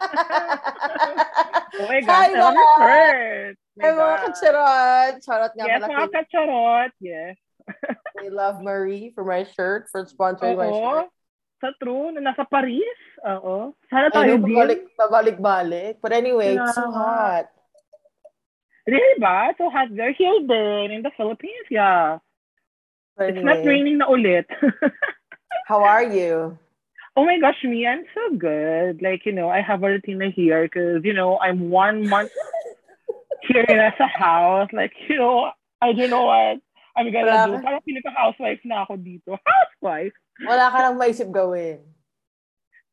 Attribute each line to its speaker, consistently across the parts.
Speaker 1: Lala! oh my God,
Speaker 2: Hi,
Speaker 1: sarap
Speaker 2: Lala!
Speaker 1: ng shirt. My
Speaker 2: Ay, mga
Speaker 1: God.
Speaker 2: kacharot. Charot nga
Speaker 1: Yes,
Speaker 2: pala
Speaker 1: mga
Speaker 2: kay-
Speaker 1: kacharot. Yes.
Speaker 2: kay Love Marie for my shirt, for sponsoring my
Speaker 1: Oo.
Speaker 2: shirt.
Speaker 1: Sa true, na nasa Paris. Oo. Sana
Speaker 2: I
Speaker 1: tayo
Speaker 2: know,
Speaker 1: din.
Speaker 2: pabalik, pabalik-balik. But anyway, it's so
Speaker 1: Yeah.
Speaker 2: hot.
Speaker 1: Really ba? So hot there. Here din, in the Philippines, yeah.
Speaker 2: But
Speaker 1: It's not
Speaker 2: anyway,
Speaker 1: raining na ulit.
Speaker 2: how are you?
Speaker 1: oh my gosh, me, I'm so good. Like, you know, I have a routine here because, you know, I'm one month here in sa house. Like, you know, I don't know what I'm gonna
Speaker 2: Wala
Speaker 1: do.
Speaker 2: ka-
Speaker 1: Parang feeling ko housewife na ako dito. Housewife?
Speaker 2: Wala ka nang maisip gawin.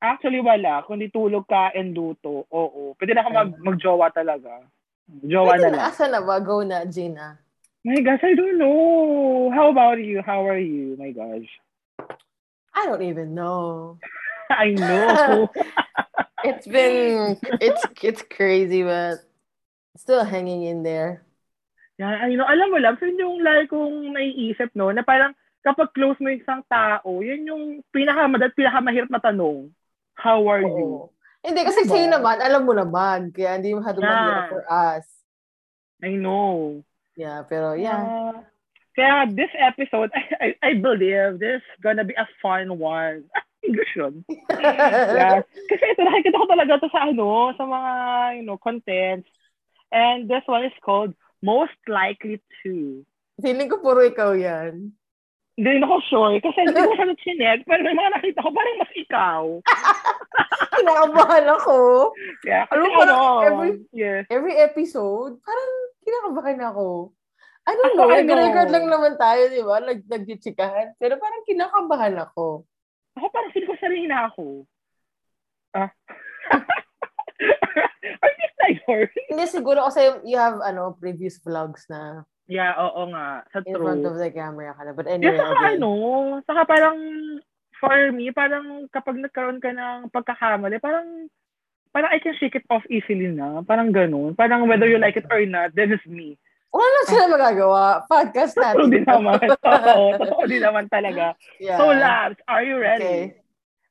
Speaker 1: Actually, wala. Kundi tulog ka and luto. Oo. Pwede na ka mag, magjowa talaga. Jowa na
Speaker 2: Pwede
Speaker 1: lang.
Speaker 2: na, asa na ba? Go na, Gina.
Speaker 1: My gosh, I don't know. How about you? How are you? My gosh.
Speaker 2: I don't even know.
Speaker 1: I know.
Speaker 2: It's been, it's it's crazy, but still hanging in there.
Speaker 1: Yan, I know. Alam mo lang, yun yung like kong naiisip, no? Na parang kapag close mo yung isang tao, yun yung pinakamadat, pinakamahirap na tanong. How are you?
Speaker 2: Oo. Hindi, kasi
Speaker 1: Diba?
Speaker 2: sa'yo naman, alam mo naman. Kaya hindi mo masyado
Speaker 1: Yeah.
Speaker 2: mahirap for us.
Speaker 1: I know.
Speaker 2: Yeah, pero Oh, yeah.
Speaker 1: Uh, kaya this episode, I, I, I believe this gonna be a fun one. English yun. yeah. Kasi ito, nakikita ko talaga to sa ano, sa mga, you know, contents. And this one is called Most Likely To.
Speaker 2: Feeling ko puro ikaw yan.
Speaker 1: Hindi rin ako sure. Kasi hindi ko siya chinek. Pero may mga nakita ko, parang mas ikaw.
Speaker 2: Kinakabahan ako.
Speaker 1: Yeah. Kasi
Speaker 2: Alam mo, parang every-
Speaker 1: Yes.
Speaker 2: Every episode, parang kinakabahan ako. I
Speaker 1: Ako,
Speaker 2: don't know.
Speaker 1: I
Speaker 2: Nag-record
Speaker 1: know.
Speaker 2: lang naman tayo, di ba? Nag nagchichikahan. Pero parang kinakabahan ako.
Speaker 1: Ako parang feeling ko sarili na ako. Ah. Are you sure?
Speaker 2: Hindi, siguro kasi you have ano previous vlogs na
Speaker 1: Yeah, oo nga. Sa
Speaker 2: in front
Speaker 1: true.
Speaker 2: of the camera ka na. But
Speaker 1: Yes,
Speaker 2: anyway,
Speaker 1: saka
Speaker 2: okay.
Speaker 1: ano, saka parang for me, parang kapag nagkaroon ka ng pagkakamali, parang parang I can shake it off easily na. Parang ganun. Parang whether you like it or not, this is me.
Speaker 2: Wala lang ano sila magagawa. Podcast natin.
Speaker 1: True din naman. Oo, totoo din naman talaga.
Speaker 2: Yeah.
Speaker 1: So, Labs, are you ready?
Speaker 2: Okay.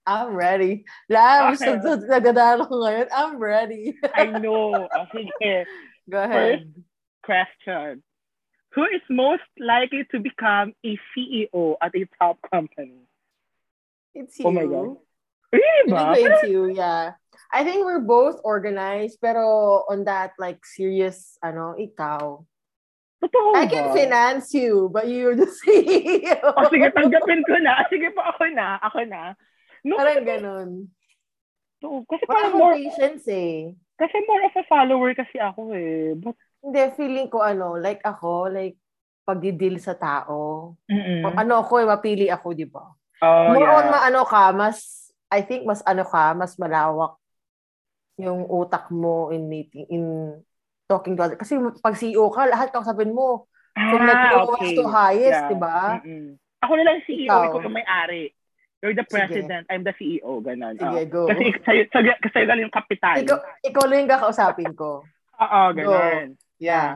Speaker 2: I'm ready. Labs,
Speaker 1: Okay.
Speaker 2: nag- nagdadaan ako ngayon. I'm ready.
Speaker 1: I know. Ah, sige.
Speaker 2: Go ahead.
Speaker 1: Question. Who is most likely to become a CEO at a top company?
Speaker 2: It's you.
Speaker 1: Oh my God. Really
Speaker 2: Feeling
Speaker 1: ba?
Speaker 2: E ko it's you, yeah. I think we're both organized, pero on that, like, serious, ano, ikaw.
Speaker 1: Totoo
Speaker 2: I can
Speaker 1: ba?
Speaker 2: finance you, but you're the E CEO.
Speaker 1: O Oh, sige, tanggapin ko na. Sige po, ako na. Ako na. No,
Speaker 2: Parang
Speaker 1: kasi,
Speaker 2: ganun.
Speaker 1: to, kasi
Speaker 2: Wala
Speaker 1: parang
Speaker 2: akong
Speaker 1: more,
Speaker 2: patience eh.
Speaker 1: kasi more of a follower kasi ako eh. But,
Speaker 2: Hindi, feeling ko ano, like ako, like, pag-deal sa tao.
Speaker 1: mm
Speaker 2: Ano ako eh, mapili ako, di ba?
Speaker 1: oh,
Speaker 2: More on
Speaker 1: yeah.
Speaker 2: maano ka, mas, I think mas ano ka, mas malawak yung utak mo in meeting, in talking to other. Kasi pag CEO ka, lahat kausapin mo. From like
Speaker 1: Ah,
Speaker 2: lowest
Speaker 1: okay.
Speaker 2: to highest,
Speaker 1: Yeah.
Speaker 2: diba? di ba?
Speaker 1: Mm-mm. Ako na lang yung E CEO,
Speaker 2: Ikaw.
Speaker 1: ikaw yung may-ari. You're the
Speaker 2: Sige.
Speaker 1: president, I'm the CEO, ganun.
Speaker 2: Sige,
Speaker 1: ah.
Speaker 2: go.
Speaker 1: Kasi sa'yo, sa'yo, kasi sa'yo lang yung kapital.
Speaker 2: ikaw, ikaw lang yung kakausapin ko. Ah,
Speaker 1: Oo, ganun. Ah.
Speaker 2: Yeah.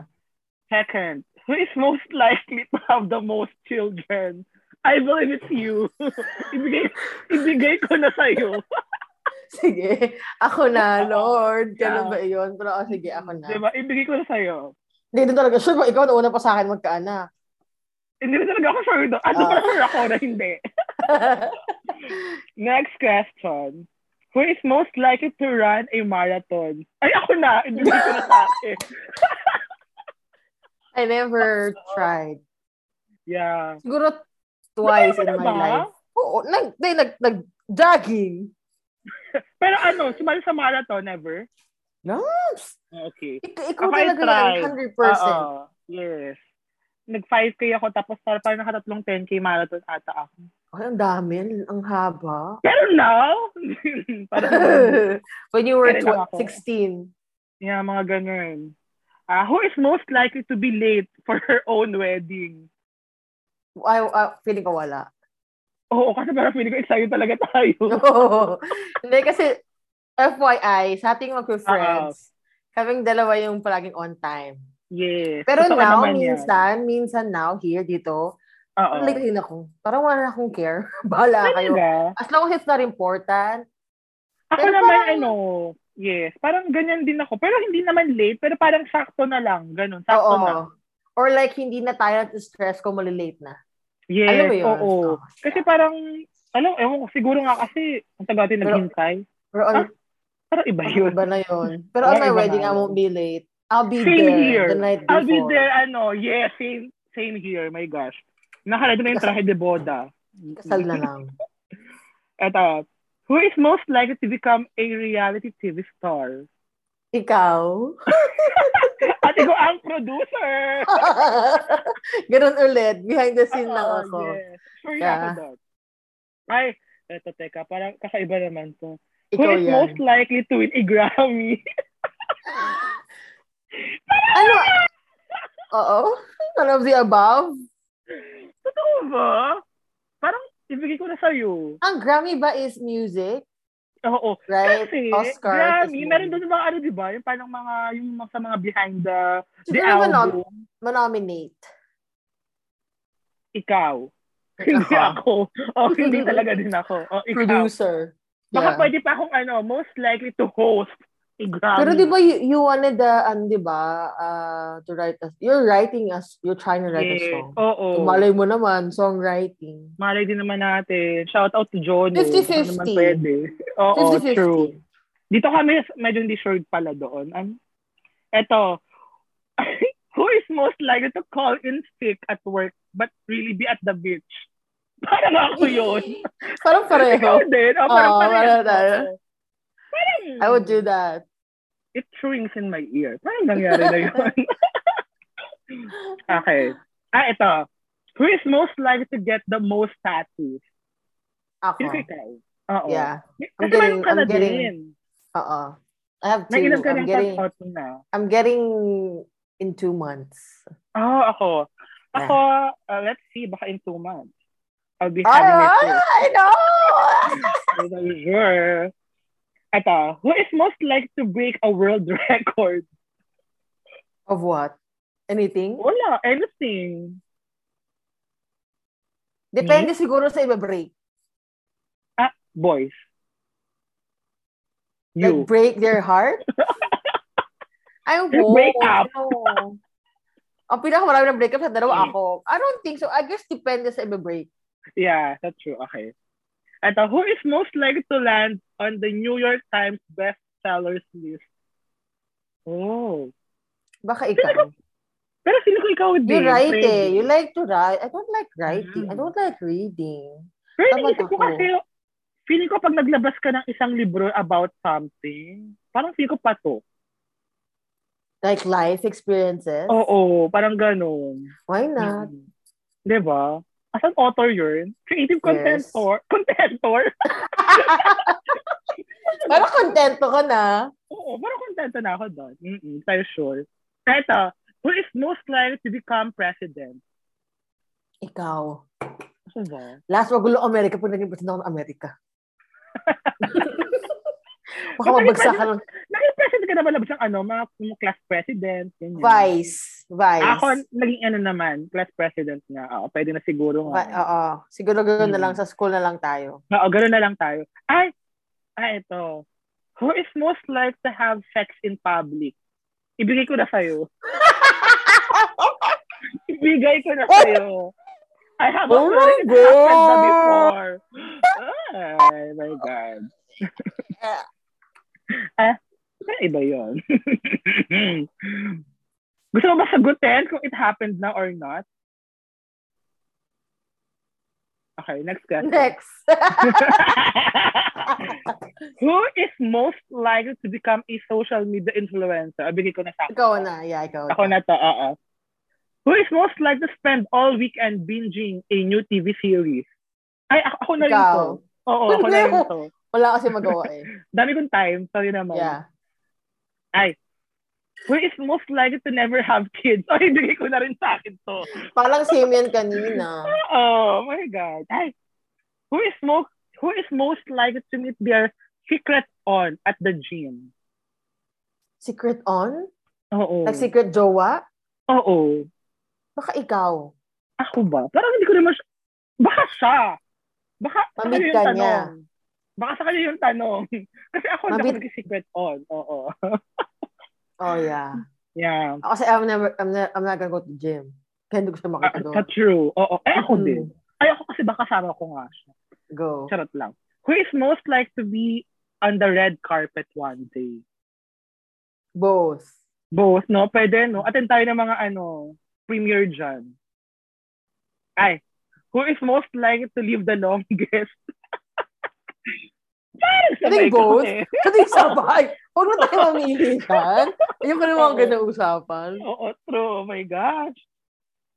Speaker 1: Second, who is most likely to have the most children? I believe it's you. ibigay, ibigay ko na sa'yo.
Speaker 2: Sige. Ako na, Lord. Ganun
Speaker 1: Yeah.
Speaker 2: ba yun? Pero oh, sige, ako na.
Speaker 1: Diba? Ibigay ko na sa'yo.
Speaker 2: Hindi doon talaga. Sure ba, ikaw na una pa sa akin magkaanak.
Speaker 1: Hindi na talaga ako sure doon. Ano
Speaker 2: Ah.
Speaker 1: pa sure ako na hindi. Next question. Who is most likely to run a marathon? Ay, ako na. Ibigay ko na sa'kin.
Speaker 2: I never
Speaker 1: oh.
Speaker 2: tried.
Speaker 1: Yeah.
Speaker 2: Siguro twice in
Speaker 1: Nagkaroon ka na
Speaker 2: my
Speaker 1: ba?
Speaker 2: life. Oo. Nag, di, nag, nag, jogging.
Speaker 1: Pero ano, sumali sa marathon, never? Ah,
Speaker 2: Labs.
Speaker 1: Okay.
Speaker 2: Ik- ikaw
Speaker 1: Ako, I
Speaker 2: talaga
Speaker 1: tried.
Speaker 2: yan, 100%.
Speaker 1: Oo. Yes. Nag-5K ako, tapos par- parang nakatatlong 10K marathon ata ako.
Speaker 2: Ay, ang dami. Ang haba.
Speaker 1: Pero now, parang,
Speaker 2: When you were
Speaker 1: Kailan lang
Speaker 2: tw-
Speaker 1: ako?
Speaker 2: 16.
Speaker 1: yeah, mga ganun. Ah, who is most likely to be late for her own wedding?
Speaker 2: Ay, ay, feeling ko wala.
Speaker 1: Oo, kasi parang feeling ko excited talaga tayo.
Speaker 2: Oo. Hindi kasi, FYI, sa ating mga friends, kaming dalawa yung palaging on time.
Speaker 1: Yes.
Speaker 2: Pero
Speaker 1: Totoo
Speaker 2: now,
Speaker 1: naman yan.
Speaker 2: minsan, minsan now, here, dito,
Speaker 1: Oo.
Speaker 2: uh ako. Parang wala na akong care. Bahala kayo.
Speaker 1: Talaga?
Speaker 2: As long as it's not important,
Speaker 1: Ako
Speaker 2: Pero
Speaker 1: naman,
Speaker 2: parang-
Speaker 1: ano, yes, parang ganyan din ako. Pero hindi naman late, pero parang sakto na lang. Ganun, sakto na.
Speaker 2: Oo. Or like, hindi na tayo stress kung malilate na.
Speaker 1: Yes,
Speaker 2: Alam mo yun?
Speaker 1: oo.
Speaker 2: Oh,
Speaker 1: Kasi parang, alam, ewan ko, siguro nga kasi, ang taga natin
Speaker 2: Pero-
Speaker 1: naghintay.
Speaker 2: Pero on,
Speaker 1: Pero iba yun.
Speaker 2: iba na yun. Pero on
Speaker 1: Parang
Speaker 2: my
Speaker 1: iba na
Speaker 2: wedding, I
Speaker 1: yun.
Speaker 2: won't be late. I'll be
Speaker 1: Same
Speaker 2: there
Speaker 1: here.
Speaker 2: the night before.
Speaker 1: I'll be there, ano, yes, same, same here, my gosh. Nakaredo na yung trahe de boda.
Speaker 2: Kasal na lang.
Speaker 1: Eto, who is most likely to become a reality TV star?
Speaker 2: Ikaw?
Speaker 1: Ate ko ang producer!
Speaker 2: Ganun ulit. Behind the scene lang
Speaker 1: Oo,
Speaker 2: ako.
Speaker 1: Oh, Yes. Sure
Speaker 2: Yeah.
Speaker 1: yeah. ako doon. Ay, eto, teka, parang kakaiba naman to. Who
Speaker 2: Ikaw
Speaker 1: is
Speaker 2: yan.
Speaker 1: most likely to win a Grammy?
Speaker 2: Ano? Oo. None of the above.
Speaker 1: Totoo ba? Parang ibigay ko na sa'yo.
Speaker 2: Ang Grammy ba is music?
Speaker 1: Oo. oh,
Speaker 2: Right?
Speaker 1: Kasi,
Speaker 2: Oscar.
Speaker 1: Grammy, meron doon mga ano, di ba? Yung parang mga, yung mga sa mga behind the, the
Speaker 2: Siguro oh.
Speaker 1: album.
Speaker 2: manom- manominate.
Speaker 1: Ikaw. Hindi ako. O, hindi talaga din ako. O, ikaw.
Speaker 2: ah. Producer.
Speaker 1: Baka
Speaker 2: Yeah.
Speaker 1: pwede pa akong ano, most likely to host a Grammy.
Speaker 2: Pero di ba you, you wanted the, ano, di ba, uh, to write a, you're writing us, you're trying to write a
Speaker 1: Yes.
Speaker 2: song.
Speaker 1: Oo.
Speaker 2: So, malay mo naman, songwriting.
Speaker 1: Malay din naman natin. Shout out to Jono.
Speaker 2: 50-50.
Speaker 1: Ano naman pwede. Oo,
Speaker 2: 50-50.
Speaker 1: true. Dito kami medyo hindi sure pala doon. Ang eto, who is most likely to call in sick at work but really be at the beach? Parang ako yun.
Speaker 2: Parang
Speaker 1: Ikaw
Speaker 2: pareho.
Speaker 1: din. O, parang
Speaker 2: Oo,
Speaker 1: pareho.
Speaker 2: parang tayo.
Speaker 1: ako. Parang,
Speaker 2: I would
Speaker 1: Mm.
Speaker 2: do that.
Speaker 1: It rings in my ear. Parang nangyari na yun. okay. Ah, ito. Who is most likely to get the most tattoos?
Speaker 2: Ako.
Speaker 1: Sino ikaw? Oo.
Speaker 2: Ah. Yeah. I'm
Speaker 1: Kasi meron
Speaker 2: getting-
Speaker 1: ka
Speaker 2: I'm
Speaker 1: na
Speaker 2: getting
Speaker 1: din.
Speaker 2: Oo. I have two.
Speaker 1: Nailan ka
Speaker 2: I'm
Speaker 1: ng
Speaker 2: getting,
Speaker 1: tattoo na.
Speaker 2: I'm getting in two months.
Speaker 1: Oo, Ah, ako.
Speaker 2: Ah.
Speaker 1: Ako, uh, let's see, baka in two months. I'll be
Speaker 2: Oh,
Speaker 1: having it too.
Speaker 2: I know!
Speaker 1: Hindi ako sure. Ito, who is most likely to break a world record?
Speaker 2: Of what? Anything?
Speaker 1: Wala, anything.
Speaker 2: Depende siguro sa iba break.
Speaker 1: Boys.
Speaker 2: Like
Speaker 1: You.
Speaker 2: break their heart? Ay, wow.
Speaker 1: Break up.
Speaker 2: No. Ang pinakamarami ng breakup sa
Speaker 1: Mm.
Speaker 2: dalawa ako. I don't think so. I guess depende sa iba break.
Speaker 1: Yeah, that's true. Okay. Ito, who is most likely to land on the New York Times bestsellers list? Oh.
Speaker 2: Baka ikaw.
Speaker 1: Pero sino ko ikaw din?
Speaker 2: You write
Speaker 1: Freddy.
Speaker 2: eh. You like to write. I don't like writing. I
Speaker 1: Mm.
Speaker 2: don't like reading.
Speaker 1: Pero
Speaker 2: Tama
Speaker 1: iniisip ko
Speaker 2: ako.
Speaker 1: kasi, feeling ko pag naglabas ka ng isang libro about something, parang feeling ko pato.
Speaker 2: Like life experiences.
Speaker 1: Oo, parang ganun.
Speaker 2: Why not?
Speaker 1: Mm. Di ba? As an author yun, creative
Speaker 2: Yes.
Speaker 1: contentor, contentor,
Speaker 2: Parang kontento ka na.
Speaker 1: oo, parang contento na ako doon. Mm-mm, tayo sure. Eto, who is most likely to become president?
Speaker 2: Ikaw.
Speaker 1: Ano ba?
Speaker 2: Last wag gulo Amerika pag naging president ako ng Amerika. Baka
Speaker 1: Bakit
Speaker 2: mabagsak ka ng
Speaker 1: Naging president ka naman labas ng ano, mga mga class president. ganyan.
Speaker 2: vice. Vice.
Speaker 1: Ako, naging ano naman, class president nga. Oo, pwede na siguro nga.
Speaker 2: Vi- Oo. Siguro ganoon na
Speaker 1: Mm.
Speaker 2: lang. Sa school na lang tayo.
Speaker 1: Oo, ganoon na lang tayo. Ay, ay, ito. Who is most likely to have sex in public? Ibigay ko na sa'yo. Ibigay ko na sa'yo. I have
Speaker 2: Oh my
Speaker 1: already happened na
Speaker 2: God!
Speaker 1: before. Ay, my God. ah, ano iba yun? Gusto mo ba sagutin kung it happened na or not? Okay, next question.
Speaker 2: Next.
Speaker 1: Who is most likely to become a social media influencer? Ah, Bigay ko na sa akin.
Speaker 2: ikaw na. Yeah, ikaw
Speaker 1: Ako na to, oo. Who is most likely to spend all weekend binging a new TV series? Ay, ako, ako na rin
Speaker 2: Ikaw.
Speaker 1: to. Oo, ako na rin to.
Speaker 2: Wala kasi magawa eh.
Speaker 1: Dami kong time. Sorry naman.
Speaker 2: Yeah.
Speaker 1: Who is most likely to never have kids? Ay, bigay ko na rin sa akin to.
Speaker 2: Parang same yan kanina.
Speaker 1: Oh my God. Ay, who is most who is most likely to meet their secret on at the gym?
Speaker 2: Secret on?
Speaker 1: Oo.
Speaker 2: Like secret jowa?
Speaker 1: Oo.
Speaker 2: Baka ikaw.
Speaker 1: Ako ba? Parang hindi ko naman siya. Baka siya. Baka,
Speaker 2: Mamit
Speaker 1: ano yung
Speaker 2: ka
Speaker 1: tanong?
Speaker 2: niya.
Speaker 1: Baka sa kanya yung tanong. Kasi ako Mabit...
Speaker 2: Mabit-
Speaker 1: ako nag-secret on. Oo.
Speaker 2: Oh, yeah.
Speaker 1: yeah.
Speaker 2: Ako Kasi I'm never, I'm, ne- I'm not gonna go to gym. Kaya hindi ko siya makita
Speaker 1: Ah,
Speaker 2: doon.
Speaker 1: that's true. Oo. Eh, ako
Speaker 2: Mm.
Speaker 1: din. Ay, ako kasi baka kasama ko nga siya.
Speaker 2: Go.
Speaker 1: Charot lang. Who is most like to be on the red carpet one day?
Speaker 2: Both.
Speaker 1: Both, no? Pwede, no? Attend tayo ng mga, ano, premiere dyan. Ay, who is most likely to live the longest? Parang
Speaker 2: I think
Speaker 1: sabay ko
Speaker 2: both.
Speaker 1: eh.
Speaker 2: Kasi sabay. Huwag na tayo mamilihan. Ayun ko naman ang ganda usapan.
Speaker 1: Oo, true. Oh my gosh.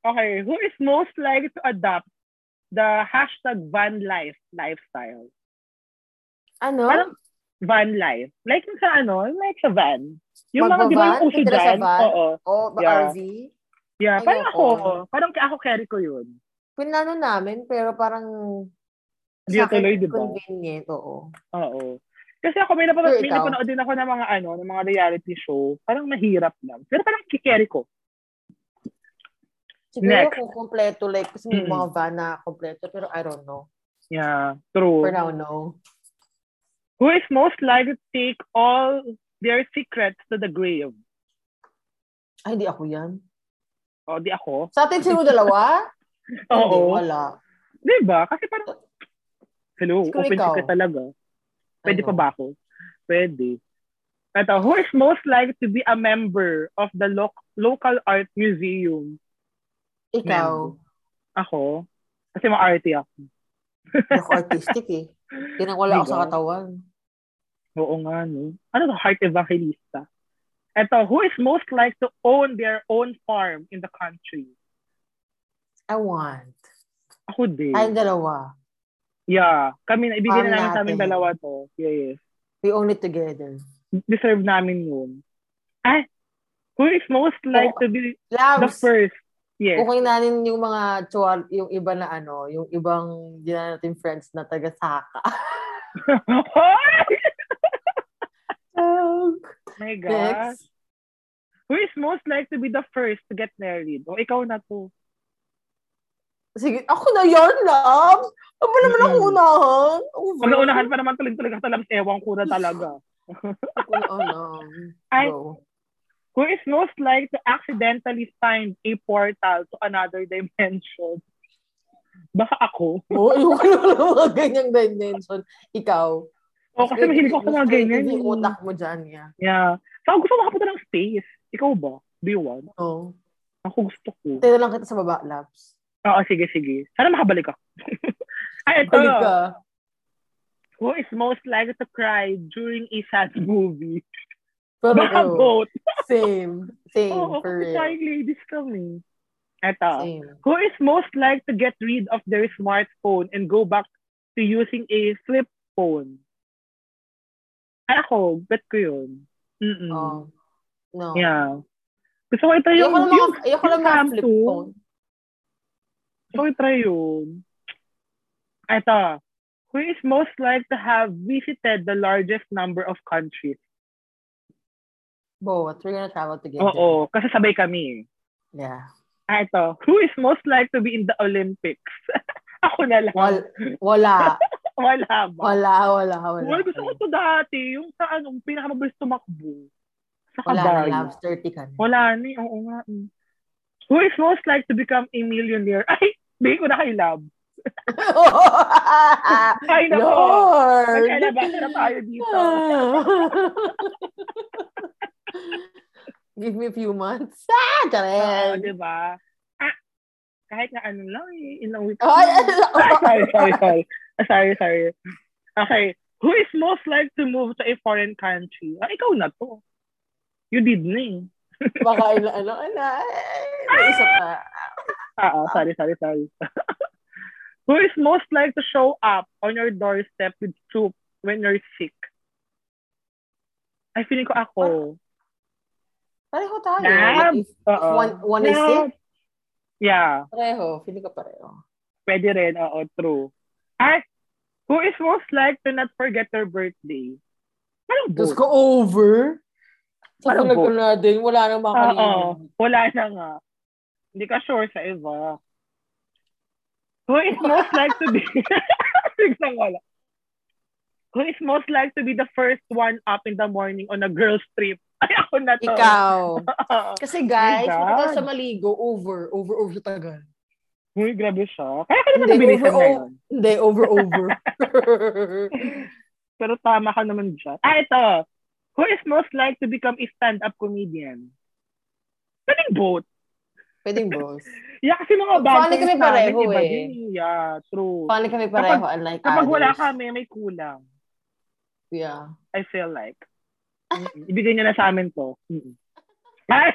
Speaker 1: Okay, who is most likely to adopt the hashtag van life lifestyle?
Speaker 2: Ano?
Speaker 1: Parang van life. Like yung sa ano, like sa van. Yung mga, di ba
Speaker 2: Magbavan?
Speaker 1: yung uso
Speaker 2: Titira sa
Speaker 1: dyan?
Speaker 2: van?
Speaker 1: Oo.
Speaker 2: O, ba
Speaker 1: Yeah.
Speaker 2: RV?
Speaker 1: Yeah, parang ako,
Speaker 2: Ayoko.
Speaker 1: parang ako carry ko yun.
Speaker 2: Pinano namin, pero parang...
Speaker 1: Hindi
Speaker 2: sa akin,
Speaker 1: natuloy, di ba?
Speaker 2: Convenient, oo.
Speaker 1: Oo. Kasi ako may napanood,
Speaker 2: Sure,
Speaker 1: may
Speaker 2: ikaw.
Speaker 1: napanood din ako ng mga ano, ng mga reality show. Parang mahirap lang. Pero parang kikerry ko.
Speaker 2: Siguro
Speaker 1: Next.
Speaker 2: kung kompleto, like, kasi may
Speaker 1: Mm-mm.
Speaker 2: mga van na kompleto, pero I don't know.
Speaker 1: Yeah, true.
Speaker 2: For now, no.
Speaker 1: Who is most likely to take all their secrets to the grave?
Speaker 2: Ay, hindi ako yan.
Speaker 1: O, Oh, di ako.
Speaker 2: Sa atin siguro dalawa? Hindi,
Speaker 1: Oo.
Speaker 2: wala.
Speaker 1: Di ba? Diba? Kasi parang, hello,
Speaker 2: Siguro
Speaker 1: open
Speaker 2: ikaw.
Speaker 1: secret talaga. Pwede
Speaker 2: Ano?
Speaker 1: pa ba ako? Pwede. Ito, who is most likely to be a member of the lo- local art museum?
Speaker 2: Ikaw.
Speaker 1: Ako. Kasi ma-arty ako.
Speaker 2: Ako artistic eh. Yan ang wala ako sa
Speaker 1: Diba?
Speaker 2: katawan.
Speaker 1: Oo nga, no? Ano to? Heart evangelista. Ito, who is most likely to own their own farm in the country?
Speaker 2: I want.
Speaker 1: Ako din.
Speaker 2: Ay, dalawa.
Speaker 1: yeah. Kami, na- ibigay
Speaker 2: Farm
Speaker 1: na namin sa aming
Speaker 2: natin.
Speaker 1: dalawa to. Yeah, yes.
Speaker 2: We own it together.
Speaker 1: Deserve namin yun. Ah, who is most
Speaker 2: Oh.
Speaker 1: likely to be the
Speaker 2: Labs.
Speaker 1: first? Yes.
Speaker 2: Okay natin yung mga chual, yung iba na ano, yung ibang ginawa natin friends na taga Saka. Oh,
Speaker 1: my gosh.
Speaker 2: Next.
Speaker 1: Who is most likely to be the first to get married? O, ikaw na to.
Speaker 2: Sige, ako na yan, Labs. Ano ba naman ako
Speaker 1: Mm-mm.
Speaker 2: unahan? Over.
Speaker 1: Pag naunahan pa naman tuloy-tuloy ka talabs, ewan ko na talaga.
Speaker 2: Ako na unahan.
Speaker 1: Ay.
Speaker 2: Go.
Speaker 1: Who is most likely to accidentally find a portal to another dimension? Baka ako.
Speaker 2: Oo, iwan ko na lang mga ganyang dimension. Ikaw.
Speaker 1: O, Oh, kasi mahilig ako sa mga
Speaker 2: Straight
Speaker 1: ganyan. eh.
Speaker 2: Yung utak mo dyan, yeah.
Speaker 1: Yeah. Saan gusto makapunta ng space? Ikaw ba? Do you want?
Speaker 2: Oo.
Speaker 1: Ako gusto ko.
Speaker 2: Tayo lang kita sa baba, Labs.
Speaker 1: Oo, sige, sige. Sana makabalik ako. Ay, ito.
Speaker 2: Balik ka.
Speaker 1: Who is most likely to cry during a sad movie?
Speaker 2: Pero
Speaker 1: Baka
Speaker 2: oo.
Speaker 1: both.
Speaker 2: Same. Same.
Speaker 1: Oo,
Speaker 2: for
Speaker 1: kasi
Speaker 2: real.
Speaker 1: crying ladies kami. Ito.
Speaker 2: Same.
Speaker 1: Who is most likely to get rid of their smartphone and go back to using a flip phone? Ay, ako, bet ko yun. Mm-mm.
Speaker 2: Oh. No.
Speaker 1: Hmm. Yeah. Gusto ko ito yung,
Speaker 2: Ayoko lang
Speaker 1: yung,
Speaker 2: mga, ayoko lang mga
Speaker 1: Samsung.
Speaker 2: flip phone.
Speaker 1: gusto ko try yun. Ito. Who is most likely to have visited the largest number of countries?
Speaker 2: Both. We're gonna travel together.
Speaker 1: Oo, kasi sabay kami.
Speaker 2: Yeah.
Speaker 1: Ah, ito. Who is most likely to be in the Olympics? ako na lang.
Speaker 2: Wal, wala.
Speaker 1: Wala ba?
Speaker 2: Wala, wala, wala.
Speaker 1: Uy, gusto ko to dati. Yung sa anong pinakamabilis tumakbo. Sa
Speaker 2: Wala na,
Speaker 1: kabayo.
Speaker 2: Labs. 30 ka na.
Speaker 1: Wala na. eh. Oo nga. eh. Who is most likely to become a millionaire? Ay, bigay ko na kay Lab. Ay, nako.
Speaker 2: Lord!
Speaker 1: Nagkalabasa na tayo dito.
Speaker 2: Give me a few months. Ah,
Speaker 1: Oo,
Speaker 2: charin!
Speaker 1: di ba? Ah, kahit na ano lang eh. Ilang weeks.
Speaker 2: Ay,
Speaker 1: lang. Ah, sorry, sorry, sorry. Ah, sorry, sorry. Okay. Who is most likely to move to a foreign country? Ah, ikaw na to. You did na eh.
Speaker 2: Baka ila, ano, ano, ay, may isa pa.
Speaker 1: Ah, ah, sorry, sorry, sorry. Who is most likely to show up on your doorstep with soup when you're sick? Ay, feeling ko ako.
Speaker 2: Pareho tayo.
Speaker 1: Lab.
Speaker 2: If, if
Speaker 1: Oo.
Speaker 2: Ah, one, one is
Speaker 1: Yeah.
Speaker 2: sick,
Speaker 1: Ah, Yeah,
Speaker 2: pareho. Feeling ko pareho.
Speaker 1: pwede rin. Oo, true. Ay, who is most likely to not forget their birthday? Parang
Speaker 2: Diyos
Speaker 1: both.
Speaker 2: ko, over. Sa
Speaker 1: Parang
Speaker 2: tulag ko
Speaker 1: boat.
Speaker 2: na din, wala nang makakalimutan.
Speaker 1: Oo, wala na nga. Hindi ka sure sa iba. Who is most likely to be... Biglang wala. who is most likely to be the first one up in the morning on a girl's trip? Ay, ako na to.
Speaker 2: Ikaw.
Speaker 1: Oo.
Speaker 2: Kasi guys,
Speaker 1: God.
Speaker 2: matagal siya maligo, over, over, over tagal.
Speaker 1: Uy, grabe siya. Kaya ka naman
Speaker 2: Hindi,
Speaker 1: nabilisan
Speaker 2: overall-
Speaker 1: ngayon.
Speaker 2: Hindi, over, over.
Speaker 1: Pero tama ka naman dyan. Ah, ito. Who is most likely to become a stand-up comedian? Pwedeng both.
Speaker 2: Pwedeng both.
Speaker 1: Yeah, kasi mga
Speaker 2: Funny
Speaker 1: bantings
Speaker 2: kami
Speaker 1: namin,
Speaker 2: pareho
Speaker 1: iba
Speaker 2: eh.
Speaker 1: din. Yeah, true.
Speaker 2: Funny kami pareho, unlike
Speaker 1: Kapag wala
Speaker 2: others.
Speaker 1: kami, may kulang.
Speaker 2: Yeah.
Speaker 1: I feel like. Mm-mm. Ibigay niya na sa amin to. Mm-mm. Ay!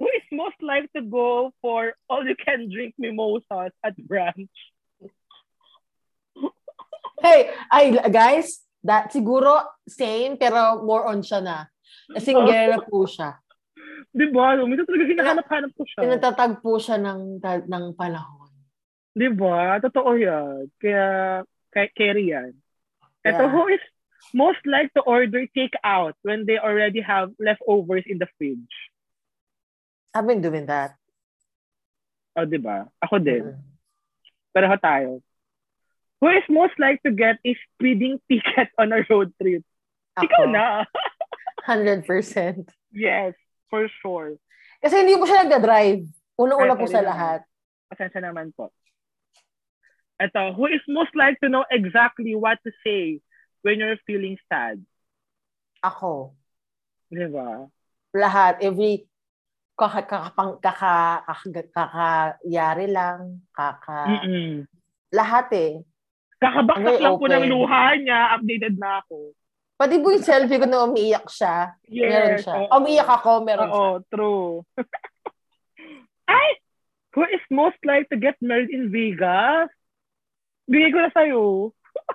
Speaker 1: Who is most likely to go for all-you-can-drink mimosas at brunch?
Speaker 2: Hey, ay, guys, that siguro same, pero more on siya na. Single na
Speaker 1: Oh.
Speaker 2: po siya.
Speaker 1: Di ba? Minsan talaga hinahanap-hanap ko siya.
Speaker 2: Pinatatag po siya ng, ng panahon.
Speaker 1: Di ba? Totoo yan. Kaya, kay carry yan. Ito,
Speaker 2: Yeah.
Speaker 1: who is most like to order takeout when they already have leftovers in the fridge?
Speaker 2: I've been doing that.
Speaker 1: O, di ba? Ako din.
Speaker 2: Mm.
Speaker 1: Pareho tayo. Who is most like to get a speeding ticket on a road trip?
Speaker 2: Ako,
Speaker 1: Ikaw na.
Speaker 2: 100%.
Speaker 1: Yes, for sure.
Speaker 2: Kasi hindi po siya nagda-drive. Unang-una
Speaker 1: Ay,
Speaker 2: po
Speaker 1: sorry
Speaker 2: sa
Speaker 1: naman.
Speaker 2: lahat.
Speaker 1: Pasensya naman po. Ito, who is most like to know exactly what to say when you're feeling sad?
Speaker 2: Ako.
Speaker 1: Di ba?
Speaker 2: lahat, every kaka kakapang kaka kaka kakayari lang, kaka
Speaker 1: Mm-mm.
Speaker 2: lahat eh.
Speaker 1: Kakabaksak
Speaker 2: Ah. Very
Speaker 1: lang po
Speaker 2: open.
Speaker 1: ng luha niya. Updated na ako.
Speaker 2: Pati po yung selfie ko na umiiyak siya, meron siya.
Speaker 1: oo.
Speaker 2: umiiyak ako, meron
Speaker 1: Oo, true. Ay! Who is most like to get married in Vegas? Bigay ko na sa'yo.
Speaker 2: siya.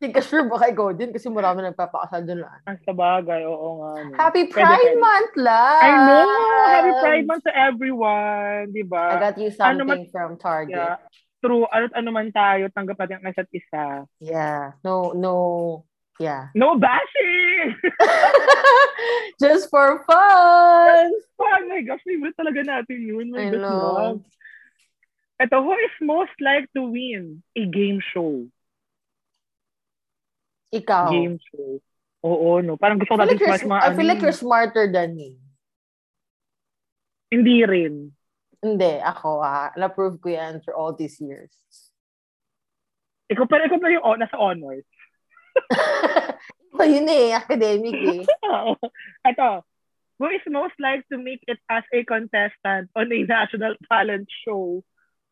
Speaker 2: Hindi ka sure baka ikaw din kasi marami nagpapakasal doon lang.
Speaker 1: Ang sabagay, oo nga. no.
Speaker 2: Happy
Speaker 1: Mm. Pwede
Speaker 2: Pride
Speaker 1: tayo.
Speaker 2: Month, love!
Speaker 1: I know! Happy Pride Month to everyone, di
Speaker 2: I
Speaker 1: ba?
Speaker 2: got you
Speaker 1: Ano
Speaker 2: something from Target. Yeah.
Speaker 1: Yeah. True, ano't ano man tayo, tanggap natin ang isa't isa.
Speaker 2: No, no, yeah.
Speaker 1: No bashing!
Speaker 2: Just for fun!
Speaker 1: oh my gosh, favorite talaga natin yun. My
Speaker 2: I
Speaker 1: best love.
Speaker 2: know.
Speaker 1: Ito, who is most like to win a game show?
Speaker 2: Ikaw.
Speaker 1: game show. Oo, no. Parang gusto ko
Speaker 2: Oh. I feel,
Speaker 1: natin
Speaker 2: like you're,
Speaker 1: smash mga
Speaker 2: I feel
Speaker 1: ano.
Speaker 2: like you're smarter than me.
Speaker 1: Hindi rin.
Speaker 2: Hindi, ako ah. Na-prove ko yan through all these years.
Speaker 1: Ikaw pa, ikaw pa yung oh, nasa honors.
Speaker 2: so, yun eh, academic eh.
Speaker 1: Oo. Ito, who is most like to make it as a contestant on a national talent show?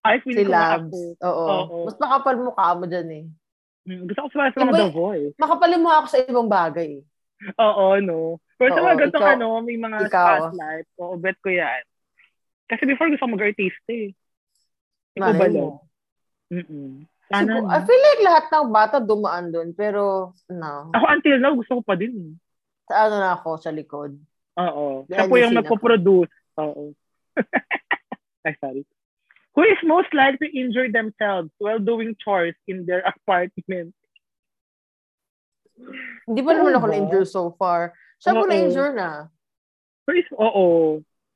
Speaker 1: I feel
Speaker 2: Si
Speaker 1: ko nga
Speaker 2: Labs.
Speaker 1: ako.
Speaker 2: Oo.
Speaker 1: Oo.
Speaker 2: Mas makapal mukha mo dyan eh.
Speaker 1: Hmm, Gusto ko sumali sa mga
Speaker 2: Iba-
Speaker 1: The Voice.
Speaker 2: Makapal mo ako sa ibang bagay eh.
Speaker 1: Oo, no. Pero sa
Speaker 2: Oo,
Speaker 1: mga ganitong
Speaker 2: ikaw-
Speaker 1: ano, may mga
Speaker 2: ikaw.
Speaker 1: spotlight. Oo, bet ko yan. Kasi before gusto ko mag-artista eh. Ikaw ba
Speaker 2: Malay
Speaker 1: lang?
Speaker 2: mo.
Speaker 1: Mm-mm. Sana,
Speaker 2: Siguro-
Speaker 1: no.
Speaker 2: I feel like lahat ng bata dumaan doon. Pero, no.
Speaker 1: Ako until now, gusto ko pa din. eh.
Speaker 2: Sa ano na ako, sa likod.
Speaker 1: Oo.
Speaker 2: Dahil
Speaker 1: Siya po yung
Speaker 2: yung
Speaker 1: nagpo-produce. Oo. Ay, sorry. Who is most likely to injure themselves while doing chores in their apartment?
Speaker 2: Hindi pa
Speaker 1: Oo
Speaker 2: naman ako
Speaker 1: Ano ba? Ano eh?
Speaker 2: na-injure so far. Siya po
Speaker 1: Oo.
Speaker 2: na-injure na.
Speaker 1: Who is, oo.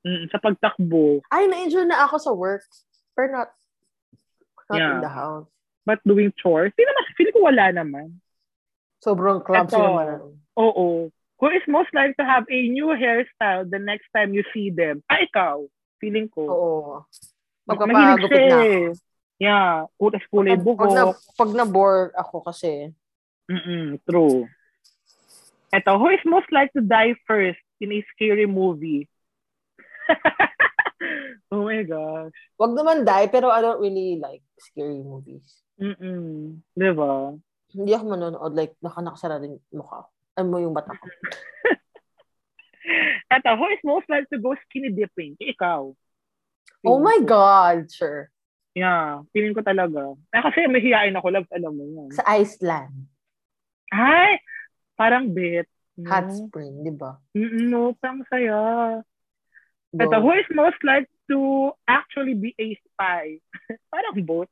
Speaker 1: Mm, sa pagtakbo.
Speaker 2: Ay, na-injure na ako sa work. Pero not, not
Speaker 1: Yeah.
Speaker 2: in the house.
Speaker 1: But doing chores? Hindi naman, feeling ko wala naman.
Speaker 2: Sobrang clumsy
Speaker 1: Eto.
Speaker 2: naman. ako.
Speaker 1: Oo. Who is most likely to have a new hairstyle the next time you see them? Ah, ikaw. Feeling ko.
Speaker 2: Oo.
Speaker 1: Mahilig siya
Speaker 2: Magpapagupit na ako.
Speaker 1: eh. Yeah. Kutas kulay
Speaker 2: Pag- Pag, na,
Speaker 1: buhok.
Speaker 2: pag na-bore ako kasi,
Speaker 1: Mm-mm, true. Ito, who is most likely to die first in a scary movie? oh my gosh.
Speaker 2: wag naman die, pero I don't really like scary movies.
Speaker 1: Mm-mm. Diba?
Speaker 2: Hindi ako manonood, like, naka nakasara din yung mukha ko. Ano mo yung mata ko.
Speaker 1: Ito, who is most likely to go skinny dipping? Ikaw.
Speaker 2: Oh my God, sure.
Speaker 1: Yeah, feeling ko talaga. Ah, kasi mahihain ako, love, alam mo yun.
Speaker 2: Sa Iceland,
Speaker 1: Ay! Parang bit.
Speaker 2: hot
Speaker 1: Hmm.
Speaker 2: spring, di ba?
Speaker 1: Mm-mm, no, parang saya.
Speaker 2: Go.
Speaker 1: Ito, who is most likely to actually be a spy? parang both.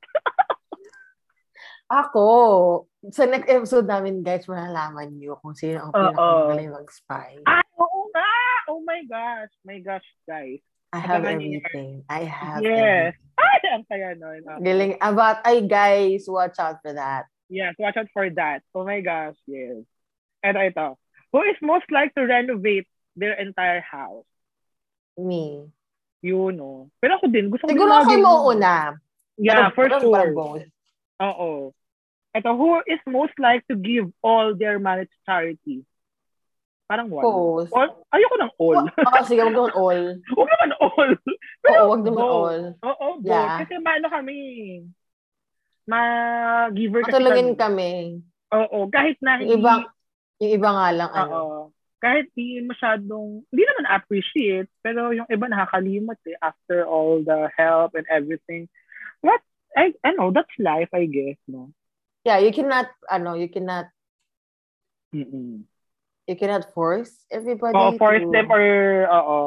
Speaker 2: Ako, sa next episode namin, guys, malalaman niyo kung sino ang
Speaker 1: Oo.
Speaker 2: pinakamagaling mag-spy.
Speaker 1: Ah, oo nga! Oh my gosh! My gosh, guys.
Speaker 2: I have
Speaker 1: abangan niyo yun.
Speaker 2: everything. I have
Speaker 1: Yes.
Speaker 2: everything.
Speaker 1: Ay, ang saya nun. Ah.
Speaker 2: Galing. About, ay guys, watch out for that.
Speaker 1: Yes, watch out for that. Oh my gosh, yes. And ito. Who is most like to renovate their entire house?
Speaker 2: Me.
Speaker 1: You know. Pero ako din, gusto ko din
Speaker 2: Siguro ako yung
Speaker 1: mga ganun.
Speaker 2: mauuna.
Speaker 1: Yeah,
Speaker 2: Pero-
Speaker 1: for
Speaker 2: pero
Speaker 1: sure.
Speaker 2: bagong.
Speaker 1: Oo. Ito, who is most like to give all their money to charity? Parang one.
Speaker 2: Pause.
Speaker 1: All? Ayoko ng all.
Speaker 2: Oo, sige, wag naman all.
Speaker 1: Huwag naman all.
Speaker 2: Oo, wag naman
Speaker 1: both.
Speaker 2: all.
Speaker 1: Oo, both.
Speaker 2: Yeah.
Speaker 1: Kasi maano kami. Ma-giver kasi
Speaker 2: Matulungin kami.
Speaker 1: Oo, kahit na
Speaker 2: Yung iba, yung iba nga lang, ano.
Speaker 1: Oo. Kahit di masyadong, hindi naman appreciate, pero yung iba nakakalimot eh, after all the help and everything. What? I, I know, that's life, I guess, no?
Speaker 2: Yeah, you cannot, ano, you cannot,
Speaker 1: Mm-mm.
Speaker 2: you cannot force everybody
Speaker 1: Oo, force
Speaker 2: to-
Speaker 1: them or, oo.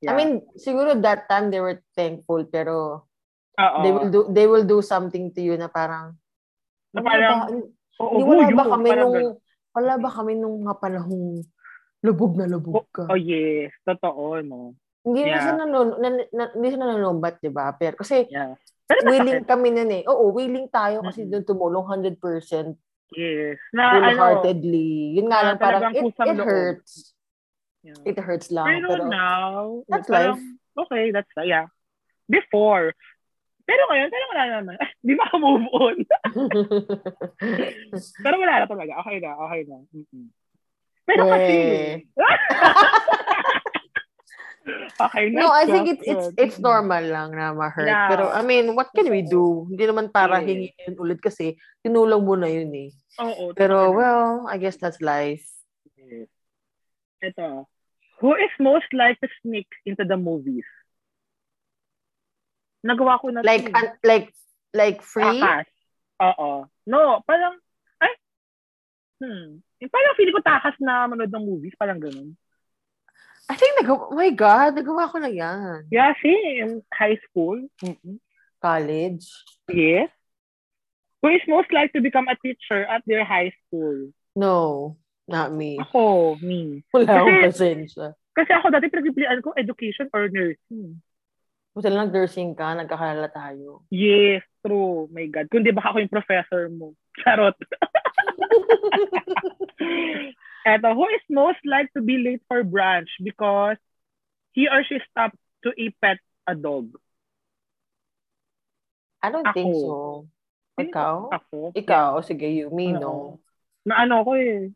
Speaker 2: I mean, siguro that time they were thankful, pero
Speaker 1: oo.
Speaker 2: they will do they will do something to you na parang,
Speaker 1: Ah. Na parang,
Speaker 2: "Wala ba-
Speaker 1: oo,
Speaker 2: hindi,
Speaker 1: who
Speaker 2: wala
Speaker 1: you?
Speaker 2: ba kami
Speaker 1: Parang
Speaker 2: nung,
Speaker 1: ganun.
Speaker 2: wala ba kami nung mga panahong lubog na lubog ka?
Speaker 1: Oh, yes. Totoo, no?
Speaker 2: Hindi na
Speaker 1: Yeah.
Speaker 2: siya nanon, nan, nan- hindi siya nanonumbat, di ba? Pero kasi
Speaker 1: Yeah. Pero
Speaker 2: willing kami nun eh. Oo, willing tayo kasi
Speaker 1: Mhm.
Speaker 2: doon tumulong 100%
Speaker 1: Yes. Na, ano,
Speaker 2: wholeheartedly. Yun nga
Speaker 1: Ah,
Speaker 2: lang, parang
Speaker 1: talagang
Speaker 2: it,
Speaker 1: kusang
Speaker 2: it
Speaker 1: loob.
Speaker 2: hurts.
Speaker 1: yeah.
Speaker 2: It hurts lang.
Speaker 1: Pero,
Speaker 2: Pero,
Speaker 1: now,
Speaker 2: that's
Speaker 1: parang,
Speaker 2: life.
Speaker 1: okay, that's, yeah. Before. Pero ngayon, parang wala naman. Di ba move on? Pero wala na talaga. Okay na, okay na. Mm-mm. Pero kasi...
Speaker 2: Eh.
Speaker 1: okay,
Speaker 2: no, I think
Speaker 1: it's
Speaker 2: it's it's it's normal lang na ma-hurt.
Speaker 1: Yeah.
Speaker 2: Pero I mean, what can we do? Hindi naman para
Speaker 1: Yeah.
Speaker 2: hingin yun ulit kasi tinulong mo na yun eh.
Speaker 1: Oo.
Speaker 2: Pero
Speaker 1: totoo
Speaker 2: well, I guess that's life.
Speaker 1: na. Ito. Eh, Who is most like to sneak into the movies? Nagawa ko na to
Speaker 2: Like
Speaker 1: eh.
Speaker 2: an- like like free.
Speaker 1: Takas. Oo. No, parang... Ay! Hmm. Yung Parang feeling ko takas na manood ng movies. Parang ganun.
Speaker 2: I think nag oh my god, nagawa ko na yan.
Speaker 1: Yeah, same. High school. Mm-mm.
Speaker 2: College.
Speaker 1: Yes. Who is most like to become a teacher at their high school?
Speaker 2: No, not me.
Speaker 1: Ako, me.
Speaker 2: Wala
Speaker 1: Kasi-
Speaker 2: akong pasensya.
Speaker 1: Kasi ako dati pinagpipilian ko education or nursing.
Speaker 2: Buti na lang nursing ka, nagkakalala tayo.
Speaker 1: Yes, true. My God. Kundi baka ako yung professor mo. Charot. Eto, who is most like to be late for brunch because he or she stopped to eat pet a dog?
Speaker 2: I don't think
Speaker 1: Ako.
Speaker 2: so. Ikaw?
Speaker 1: Ako?
Speaker 2: Ikaw, oh, sige, you, me, no.
Speaker 1: Oo. Na ano ko eh.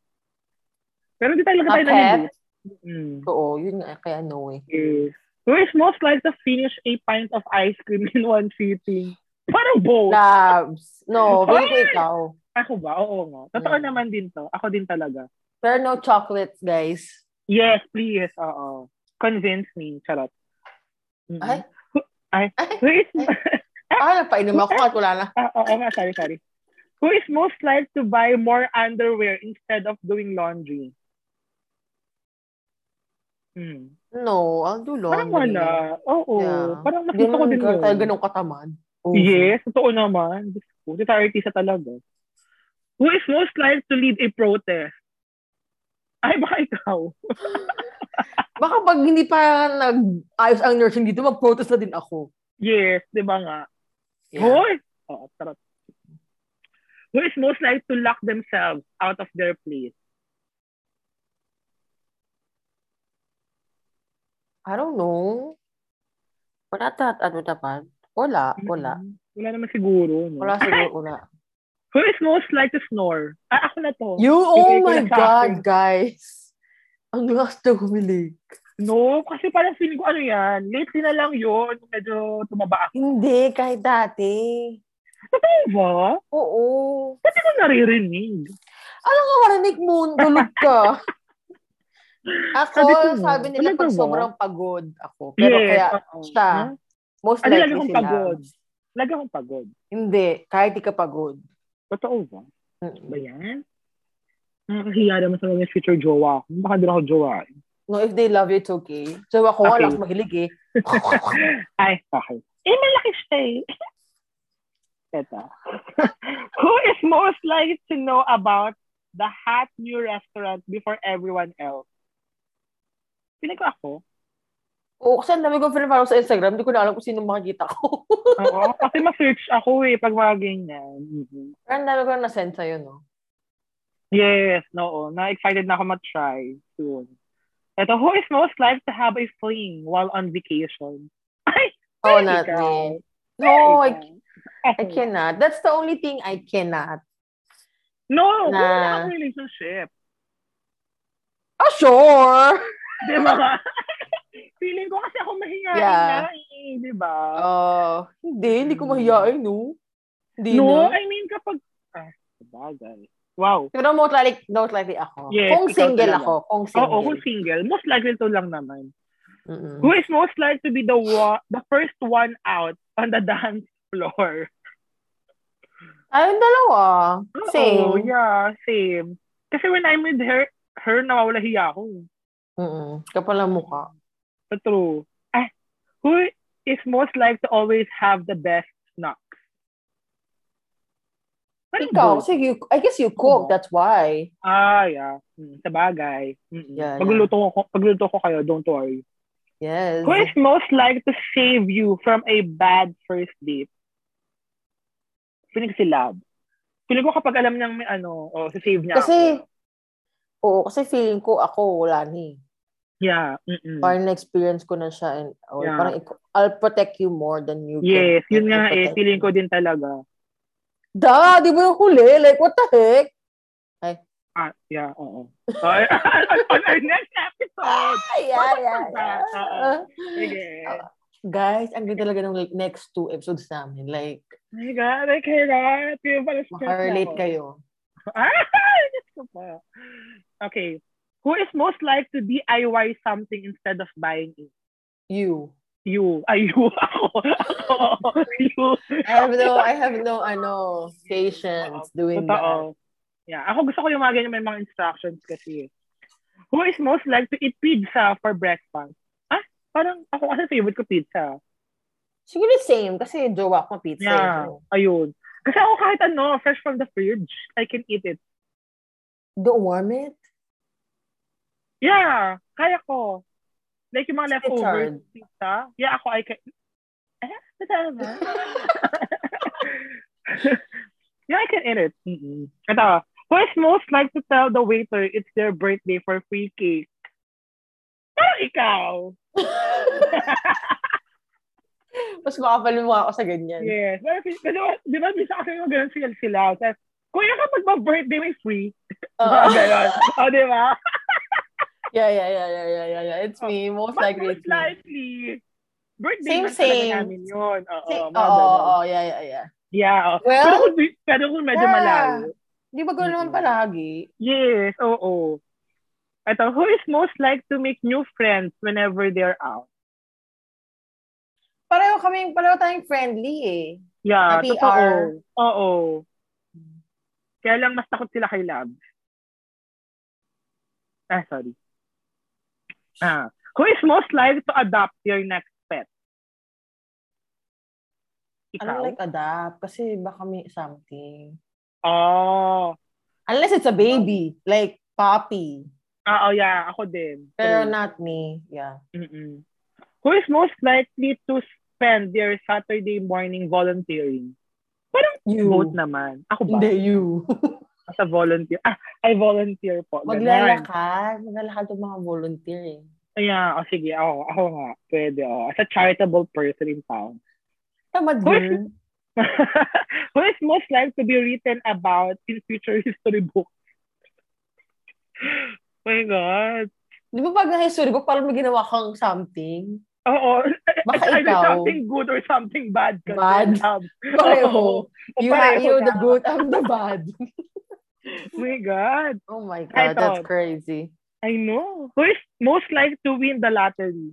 Speaker 1: Pero hindi talaga
Speaker 2: A
Speaker 1: tayo
Speaker 2: pet?
Speaker 1: nalilate. Mm.
Speaker 2: Oo, yun nga, kaya no eh.
Speaker 1: Yes. Who is most like to finish a pint of ice cream in one sitting? Parang both.
Speaker 2: Labs. No, feeling ko ikaw.
Speaker 1: Ako ba? Oo nga. Totoo
Speaker 2: Mm.
Speaker 1: naman din to. Ako din talaga.
Speaker 2: Pero no chocolates, guys.
Speaker 1: Yes, please. Oo. Convince me. Charot. Mm.
Speaker 2: Ay,
Speaker 1: Who is...
Speaker 2: ah, napainom ako at wala na.
Speaker 1: Ah, oo nga. Sorry, sorry. Who is most like to buy more underwear instead of doing laundry? Hmm.
Speaker 2: No, I'll do
Speaker 1: Parang
Speaker 2: laundry.
Speaker 1: wala. Oo.
Speaker 2: Yeah.
Speaker 1: Parang
Speaker 2: Hindi
Speaker 1: nakita ko
Speaker 2: naman
Speaker 1: din
Speaker 2: girl, tayo
Speaker 1: yun.
Speaker 2: ganun katamad. Oo.
Speaker 1: Yes, totoo naman. Diyos ko, Si Tara Tisa talaga. Who is most likely to lead a protest? Ay, baka ikaw.
Speaker 2: Baka pag hindi pa nag-ayos ang nursing dito, mag-protest na din ako.
Speaker 1: Yes, di ba nga?
Speaker 2: Yeah.
Speaker 1: Hoy! Oo, tarot. Who is most likely to lock themselves out of their place?
Speaker 2: I don't know. Wala ta, ano dapat? Wala, wala.
Speaker 1: Mm, Wala naman siguro. No?
Speaker 2: Wala siguro, wala.
Speaker 1: Who is most likely to snore? Ah, ako na to.
Speaker 2: You, oh
Speaker 1: Bigay ko
Speaker 2: my
Speaker 1: na sa akin.
Speaker 2: God, guys. Ang lakas na humilig.
Speaker 1: No, kasi parang feeling ko ano yan. Lately na lang yun. Medyo tumaba ako.
Speaker 2: Hindi, kahit dati.
Speaker 1: Totoo ba?
Speaker 2: Oo.
Speaker 1: Hindi ko naririnig.
Speaker 2: Alam ko, marinig mo, tulog ka. Ako,
Speaker 1: Sabi ko,
Speaker 2: sabi nila,
Speaker 1: talaga
Speaker 2: pag
Speaker 1: ba?
Speaker 2: sobrang pagod ako. Pero kaya,
Speaker 1: oo.
Speaker 2: siya, most
Speaker 1: Ano
Speaker 2: likely
Speaker 1: lagi kong
Speaker 2: sila.
Speaker 1: pagod? Lagi akong pagod.
Speaker 2: Hindi, kahit di ka pagod.
Speaker 1: Totoo ba? Ba
Speaker 2: Mm-mm.
Speaker 1: yan? Nakakahiya naman sa mga future jowa ko. Baka din ako jowa.
Speaker 2: No, if they love you, it's okay. So ako,
Speaker 1: Okay.
Speaker 2: wala akong mahilig eh.
Speaker 1: Ay, okay. Eh, malaki siya eh. Eto. Who is most likely to know about the hot new restaurant before everyone else? Piling ko ako.
Speaker 2: Oo, kasi ang dami kong friend follow sa Instagram, hindi ko na alam kung sino makikita ko.
Speaker 1: Oo, kasi ma-search ako eh pag mga ganyan. Mhm.
Speaker 2: Pero ang dami ko na nasend sa'yo, no?
Speaker 1: Yes, no. Na-excited na ako matry soon. Ito, who is most likely to have a fling while on vacation? Ay! Ay,
Speaker 2: Oo, not
Speaker 1: ikaw.
Speaker 2: me. No, I,
Speaker 1: I,
Speaker 2: I cannot. That's the only thing I cannot.
Speaker 1: No,
Speaker 2: Na-
Speaker 1: na. wala akong relationship.
Speaker 2: Oh, sure!
Speaker 1: Di ba? Feeling ko kasi ako mahihain
Speaker 2: Yeah.
Speaker 1: na eh, di ba?
Speaker 2: Oh, hindi, hindi ko
Speaker 1: Hmm.
Speaker 2: mahihain, no? Hindi
Speaker 1: no,
Speaker 2: na.
Speaker 1: I mean kapag... Ah, sabagay. Wow.
Speaker 2: Pero most likely, most likely ako.
Speaker 1: Yes,
Speaker 2: kung
Speaker 1: ikaw
Speaker 2: single
Speaker 1: talaga.
Speaker 2: ako, kung
Speaker 1: Oo,
Speaker 2: single.
Speaker 1: kung single, most likely to lang naman.
Speaker 2: Mm-mm.
Speaker 1: Who is most likely to be the wa- the first one out on the dance floor?
Speaker 2: Ayun, dalawa.
Speaker 1: Oo,
Speaker 2: Same.
Speaker 1: yeah, same. Kasi when I'm with her, her nawawala hiya ako.
Speaker 2: Mm-mm. Kapal ang mukha.
Speaker 1: But true. Ah, who is most likely to always have the best snacks? Parang
Speaker 2: Ikaw,
Speaker 1: both.
Speaker 2: so you, I guess you
Speaker 1: Ano?
Speaker 2: cook, that's why.
Speaker 1: Ah, yeah. Mm, sa bagay. Mm-mm.
Speaker 2: Yeah, Mm-hmm.
Speaker 1: Pagluluto ko, pagluluto ko kayo, don't worry.
Speaker 2: Yes.
Speaker 1: Who is most likely to save you from a bad first date? Feeling ko si Lab. Feeling ko kapag alam niyang may ano, oh, save niya
Speaker 2: Kasi,
Speaker 1: ako.
Speaker 2: oo, kasi feeling ko ako, wala ni.
Speaker 1: Yeah. mm-mm.
Speaker 2: Parang na-experience ko na siya and
Speaker 1: Hmm.
Speaker 2: or
Speaker 1: Yeah.
Speaker 2: parang ik- I'll protect you more than you
Speaker 1: Yes,
Speaker 2: can.
Speaker 1: yun nga eh. Feeling ko din talaga.
Speaker 2: Da, di ba yung huli? Like, what the heck?
Speaker 1: Ah, yeah, oo. Okay, on, on our next episode.
Speaker 2: Ay, yeah, yeah,
Speaker 1: that? ah.
Speaker 2: yeah.
Speaker 1: Sige.
Speaker 2: Ah. Guys, ang ganda talaga ng like, next two episodes namin. Like,
Speaker 1: Oh my God, I cannot. Yung pala stress na
Speaker 2: makarelate
Speaker 1: ako.
Speaker 2: kayo.
Speaker 1: Ah, Diyos ko pa. Okay. Who is most likely to DIY something instead of buying it?
Speaker 2: You.
Speaker 1: You. Ay, you. Ako. Ako. You.
Speaker 2: I have no, I have no, ano, patience doing that.
Speaker 1: Totoo. Yeah. Ako gusto ko yung mga ganyan may mga instructions kasi. Who is most likely to eat pizza for breakfast? Ah, parang ako kasi favorite ko pizza.
Speaker 2: Siguro same, kasi yung jowa ko pizza. eh,
Speaker 1: Yeah.
Speaker 2: so,
Speaker 1: Ayun. Kasi ako kahit ano, fresh from the fridge, I can eat it.
Speaker 2: Don't warm it.
Speaker 1: Yeah, kaya ko. Like yung mga
Speaker 2: Si
Speaker 1: leftovers pizza. Yeah, ako, I can. Eh, ano tayo ba? yeah, I can eat it. Mm-mm. Ito, who is most like to tell the waiter it's their birthday for free cake? Pero ikaw.
Speaker 2: Mas makapal yung mukha ko sa ganyan.
Speaker 1: yes. Pero, kasi- kasi, di ba, bisa kasi yung ganun sila sila. Tapos, kuya kapag mag-birthday may free.
Speaker 2: Oo.
Speaker 1: Oh, ganun. Oh, di ba?
Speaker 2: yeah, yeah, yeah, yeah, yeah, yeah, yeah. It's me. Most
Speaker 1: Oh, But
Speaker 2: likely it's
Speaker 1: most
Speaker 2: me.
Speaker 1: likely, birthday
Speaker 2: Same,
Speaker 1: man talaga
Speaker 2: same.
Speaker 1: namin yun. Oo,
Speaker 2: Oo,
Speaker 1: oh, mga
Speaker 2: oo,
Speaker 1: ganun.
Speaker 2: oo, yeah, yeah, yeah.
Speaker 1: Yeah. oo.
Speaker 2: Well,
Speaker 1: pero, kung, pero kung medyo
Speaker 2: yeah.
Speaker 1: malayo.
Speaker 2: Di ba gano'n naman
Speaker 1: Mm-mm.
Speaker 2: palagi?
Speaker 1: Yes, oo. Ito, who is most like to make new friends whenever they're out?
Speaker 2: Pareho kaming, pareho tayong friendly eh.
Speaker 1: Yeah,
Speaker 2: Happy
Speaker 1: totoo.
Speaker 2: hour.
Speaker 1: Oo. Kaya lang mas takot sila kay Lab. Ah, sorry. Ah, who is most likely to adopt your next pet?
Speaker 2: Alam
Speaker 1: Ikaw?
Speaker 2: Ano like adapt kasi baka may something.
Speaker 1: oh.
Speaker 2: Unless it's a baby, like puppy.
Speaker 1: Ah, oh, yeah. Ako din.
Speaker 2: Pero
Speaker 1: True.
Speaker 2: not me. Yeah.
Speaker 1: Mm-mm. Who is most likely to spend their Saturday morning volunteering?
Speaker 2: You.
Speaker 1: Vote naman. Ako ba?
Speaker 2: Hindi, you.
Speaker 1: As a volunteer. Ah, I volunteer po. Ganun.
Speaker 2: Maglalakad. Maglalakad yung mga volunteer eh.
Speaker 1: Yeah. Oh, sige. Ako, ako nga. Pwede. Oh. As a charitable person in town.
Speaker 2: Tamad
Speaker 1: Hoy.
Speaker 2: yun.
Speaker 1: Who is most likely to be written about in future history books? my God.
Speaker 2: Di ba pag na-history book, parang may ginawa kang something?
Speaker 1: Oo.
Speaker 2: Baka
Speaker 1: Either
Speaker 2: ikaw.
Speaker 1: something good or something bad. Kasi
Speaker 2: Bad?
Speaker 1: Um,
Speaker 2: Pareho.
Speaker 1: oo,
Speaker 2: You ha-
Speaker 1: pareho
Speaker 2: you're the
Speaker 1: na.
Speaker 2: good, I'm the bad.
Speaker 1: Oh my God.
Speaker 2: Oh my God,
Speaker 1: Ay, ito.
Speaker 2: that's crazy.
Speaker 1: I know. Who is most likely to win the lottery?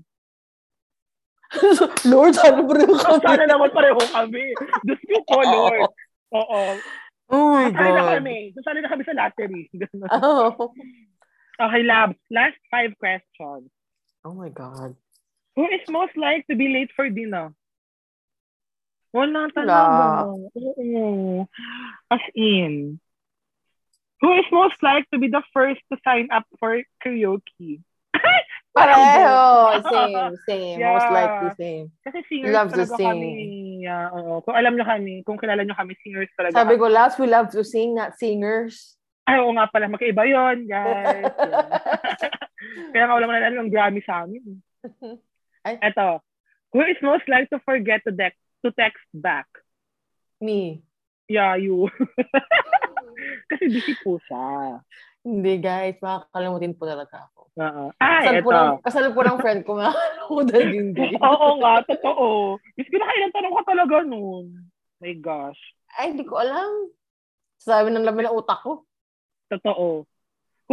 Speaker 2: Lord, ano ba rin kami?
Speaker 1: Sana naman pareho kami. Diyos ko po,
Speaker 2: Oo.
Speaker 1: Lord. Oo.
Speaker 2: Oh my
Speaker 1: Sasali na kami. Sasali na kami sa lottery. Ganun.
Speaker 2: Oh.
Speaker 1: okay, Labs. Last five questions.
Speaker 2: oh my God.
Speaker 1: Who is most likely to be late for dinner? Wala
Speaker 2: Wala.
Speaker 1: talaga. Oo. As in. Who is most likely to be the first to sign up for karaoke?
Speaker 2: Pareho. Same, same.
Speaker 1: Yeah.
Speaker 2: Most likely same.
Speaker 1: Kasi singers
Speaker 2: Love to
Speaker 1: talaga
Speaker 2: sing.
Speaker 1: kami. Yeah, oo. Kung alam nyo kami, kung kilala nyo kami, singers talaga
Speaker 2: Sabi
Speaker 1: kami.
Speaker 2: ko last, we love to sing, not singers.
Speaker 1: Ay, oo nga pala, magkaiba yun, guys. Yeah. Kaya nga wala mo na ng Grammy sa amin.
Speaker 2: Ay.
Speaker 1: Eto. Who is most likely to forget to, dec- to text back?
Speaker 2: Me.
Speaker 1: Yeah, you. Kasi busy po siya.
Speaker 2: Hindi guys, makakalimutin po talaga ako.
Speaker 1: Oo. Ay,
Speaker 2: Kasal po, ng,
Speaker 1: eto.
Speaker 2: kasal po ng friend ko, makakalimutan din din.
Speaker 1: Oo nga, totoo. Miss ko nakailang tanong ka talaga nun. My gosh.
Speaker 2: Ay, hindi ko alam. Sabi ng lamin ng utak ko.
Speaker 1: Totoo.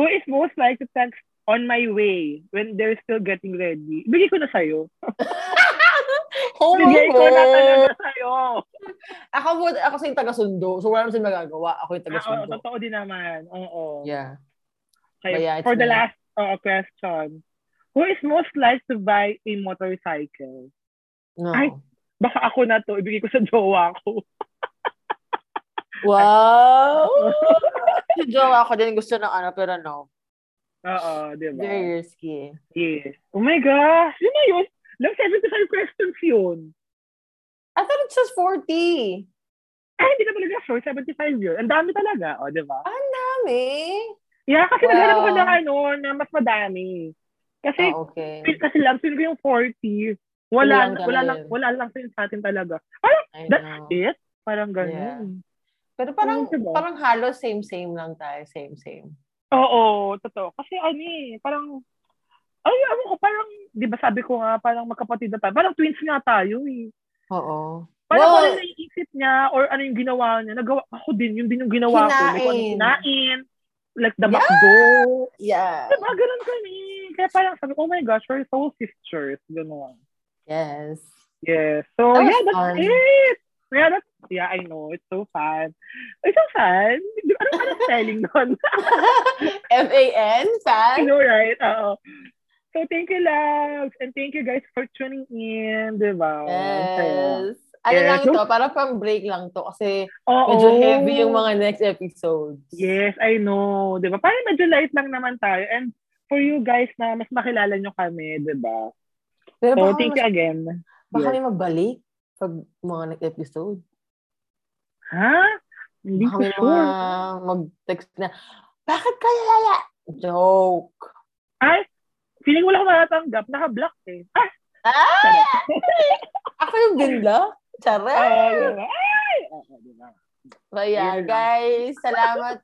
Speaker 1: Who is most likely to text on my way when they're still getting ready? Bigay ko na sa'yo.
Speaker 2: oh my
Speaker 1: Bigay ko na
Speaker 2: God.
Speaker 1: talaga sa'yo.
Speaker 2: Ako, po, ako sa yung taga-sundo. So, wala naman sila magagawa. Ako
Speaker 1: Ah,
Speaker 2: yung
Speaker 1: oo,
Speaker 2: taga-sundo.
Speaker 1: totoo din naman. Oo.
Speaker 2: Yeah.
Speaker 1: Okay,
Speaker 2: But yeah, it's
Speaker 1: for the
Speaker 2: me.
Speaker 1: last uh, question. Who is most likely to buy a motorcycle?
Speaker 2: No.
Speaker 1: Ay. Baka ako na to. Ibigay ko sa jowa ko.
Speaker 2: Wow! si Jowa ako din gusto ng ano, pero no.
Speaker 1: Oo, di ba?
Speaker 2: Very risky.
Speaker 1: Yes. Oh my gosh! Yun na yun! Lang 75 questions yun.
Speaker 2: I thought it's just 40.
Speaker 1: Ay, Ah, hindi ka talaga sure. 75 yun. Ang dami talaga. O, di ba?
Speaker 2: Ang dami.
Speaker 1: Yeah, kasi
Speaker 2: Wow.
Speaker 1: naghanap ako ng ano, na mas madami. Kasi,
Speaker 2: Ah, okay.
Speaker 1: kasi lang, feel ko yung 40. Wala, wala,
Speaker 2: Kulang ka
Speaker 1: wala
Speaker 2: rin.
Speaker 1: lang, wala lang sa'yo sa atin talaga.
Speaker 2: I
Speaker 1: That's
Speaker 2: know.
Speaker 1: it? Parang
Speaker 2: Yeah.
Speaker 1: ganun.
Speaker 2: Pero parang,
Speaker 1: Oo, diba?
Speaker 2: parang halos same-same lang tayo. Same-same.
Speaker 1: Oo, totoo. Kasi ano eh, parang, ay, ano ko, parang, di ba sabi ko nga, parang magkapatid na tayo. Parang twins nga tayo eh.
Speaker 2: Oo.
Speaker 1: Parang
Speaker 2: Well-
Speaker 1: ano yung naiisip niya or ano yung ginawa niya. Nagawa, ako din, yun din yung ginawa ko. Like, ano,
Speaker 2: Kinain.
Speaker 1: kinain. Like, the
Speaker 2: Yeah.
Speaker 1: McDo.
Speaker 2: Yeah.
Speaker 1: Diba, ganun kami. Kaya parang sabi, oh my gosh, we're soul sisters. Ganun.
Speaker 2: Yes.
Speaker 1: Yeah. So,
Speaker 2: That was
Speaker 1: yeah, that's
Speaker 2: fun.
Speaker 1: it. Yeah, that's, yeah, I know. It's so fun. It's so fun. Ano ka spelling nun?
Speaker 2: F-A-N,
Speaker 1: I
Speaker 2: fan?
Speaker 1: know, right? Oo. So, thank you, loves. And thank you guys for tuning in. Diba?
Speaker 2: Yes. Ano
Speaker 1: Yes.
Speaker 2: lang ito, parang pang break lang to kasi
Speaker 1: Oo.
Speaker 2: medyo heavy yung mga next episodes.
Speaker 1: Yes, I know. Diba? Parang medyo light lang naman tayo. And for you guys na mas makilala nyo kami, diba?
Speaker 2: Pero
Speaker 1: So,
Speaker 2: baka,
Speaker 1: thank you
Speaker 2: mas-
Speaker 1: again.
Speaker 2: baka
Speaker 1: Yes.
Speaker 2: may magbalik pag mga next episode.
Speaker 1: Ha? Hindi
Speaker 2: Baka
Speaker 1: ko
Speaker 2: may
Speaker 1: sure.
Speaker 2: mga mag-text na, bakit ka nalala? Joke.
Speaker 1: Ay, feeling wala akong matatanggap. Naka-block eh. Ah,
Speaker 2: Ah! Ako yung
Speaker 1: ah,
Speaker 2: ganda. Charot.
Speaker 1: diba? Ay! Ah, ah, diba?
Speaker 2: But yeah,
Speaker 1: Yun lang.
Speaker 2: guys, salamat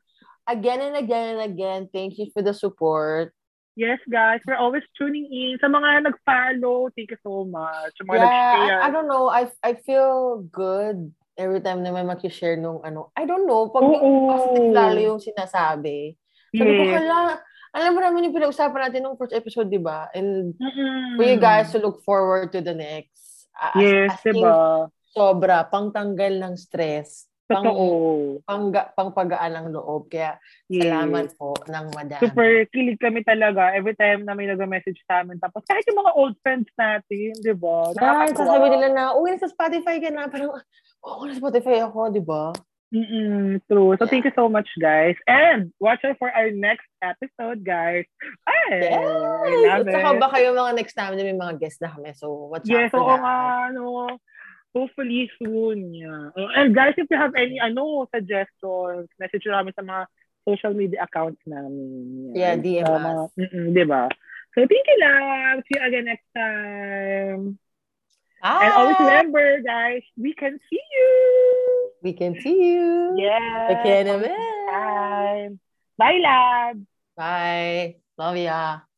Speaker 2: again and again and again. Thank you for the support.
Speaker 1: Yes, guys. We're always tuning in. Sa mga nag-follow, thank you so much. Sa mga nag-share.
Speaker 2: Yeah, I, I don't know. I I feel good every time na may makishare nung ano. I don't know. Pag
Speaker 1: Oo.
Speaker 2: yung lalo yung sinasabi. Sabi ko,
Speaker 1: Yes.
Speaker 2: hala, alam mo namin yung pinag-usapan natin nung first episode, di ba? And
Speaker 1: Mm-mm.
Speaker 2: for you guys to look forward to the next. Ah,
Speaker 1: Hmm. Yes,
Speaker 2: as- as in,
Speaker 1: diba?
Speaker 2: Sobra, pangtanggal ng stress. Pang,
Speaker 1: Totoo.
Speaker 2: pangga, pangpagaan ng loob. Kaya
Speaker 1: Yes.
Speaker 2: salamat po ng madami.
Speaker 1: Super kilig kami talaga every time na may nag-message sa amin. Tapos kahit yung mga old friends natin, di ba?
Speaker 2: Yeah,
Speaker 1: Nakakatuwa.
Speaker 2: sasabi nila na, uwi sa Spotify ka na. Parang, oo, na Spotify ako, di ba?
Speaker 1: Mm-mm, true. So, thank you so much, guys. And watch out for our next episode, guys. Ay,
Speaker 2: Yes!
Speaker 1: I
Speaker 2: At
Speaker 1: love
Speaker 2: saka
Speaker 1: it.
Speaker 2: baka yung mga next time may mga guest na kami. So, what's
Speaker 1: Yes,
Speaker 2: up for
Speaker 1: oo
Speaker 2: that?
Speaker 1: nga, ano, hopefully soon. Yeah. Oh, And guys, if you have any, ano, suggestions, message nyo namin sa mga social media accounts namin.
Speaker 2: Yeah, DM
Speaker 1: Sa
Speaker 2: us.
Speaker 1: mga- Mm-mm, diba? So, thank you lang. See you again next time.
Speaker 2: Bye!
Speaker 1: And always remember, guys, we can see you.
Speaker 2: We can see you.
Speaker 1: Yeah.
Speaker 2: Okay naman.
Speaker 1: Time. Bye, lab.
Speaker 2: Bye. Love ya.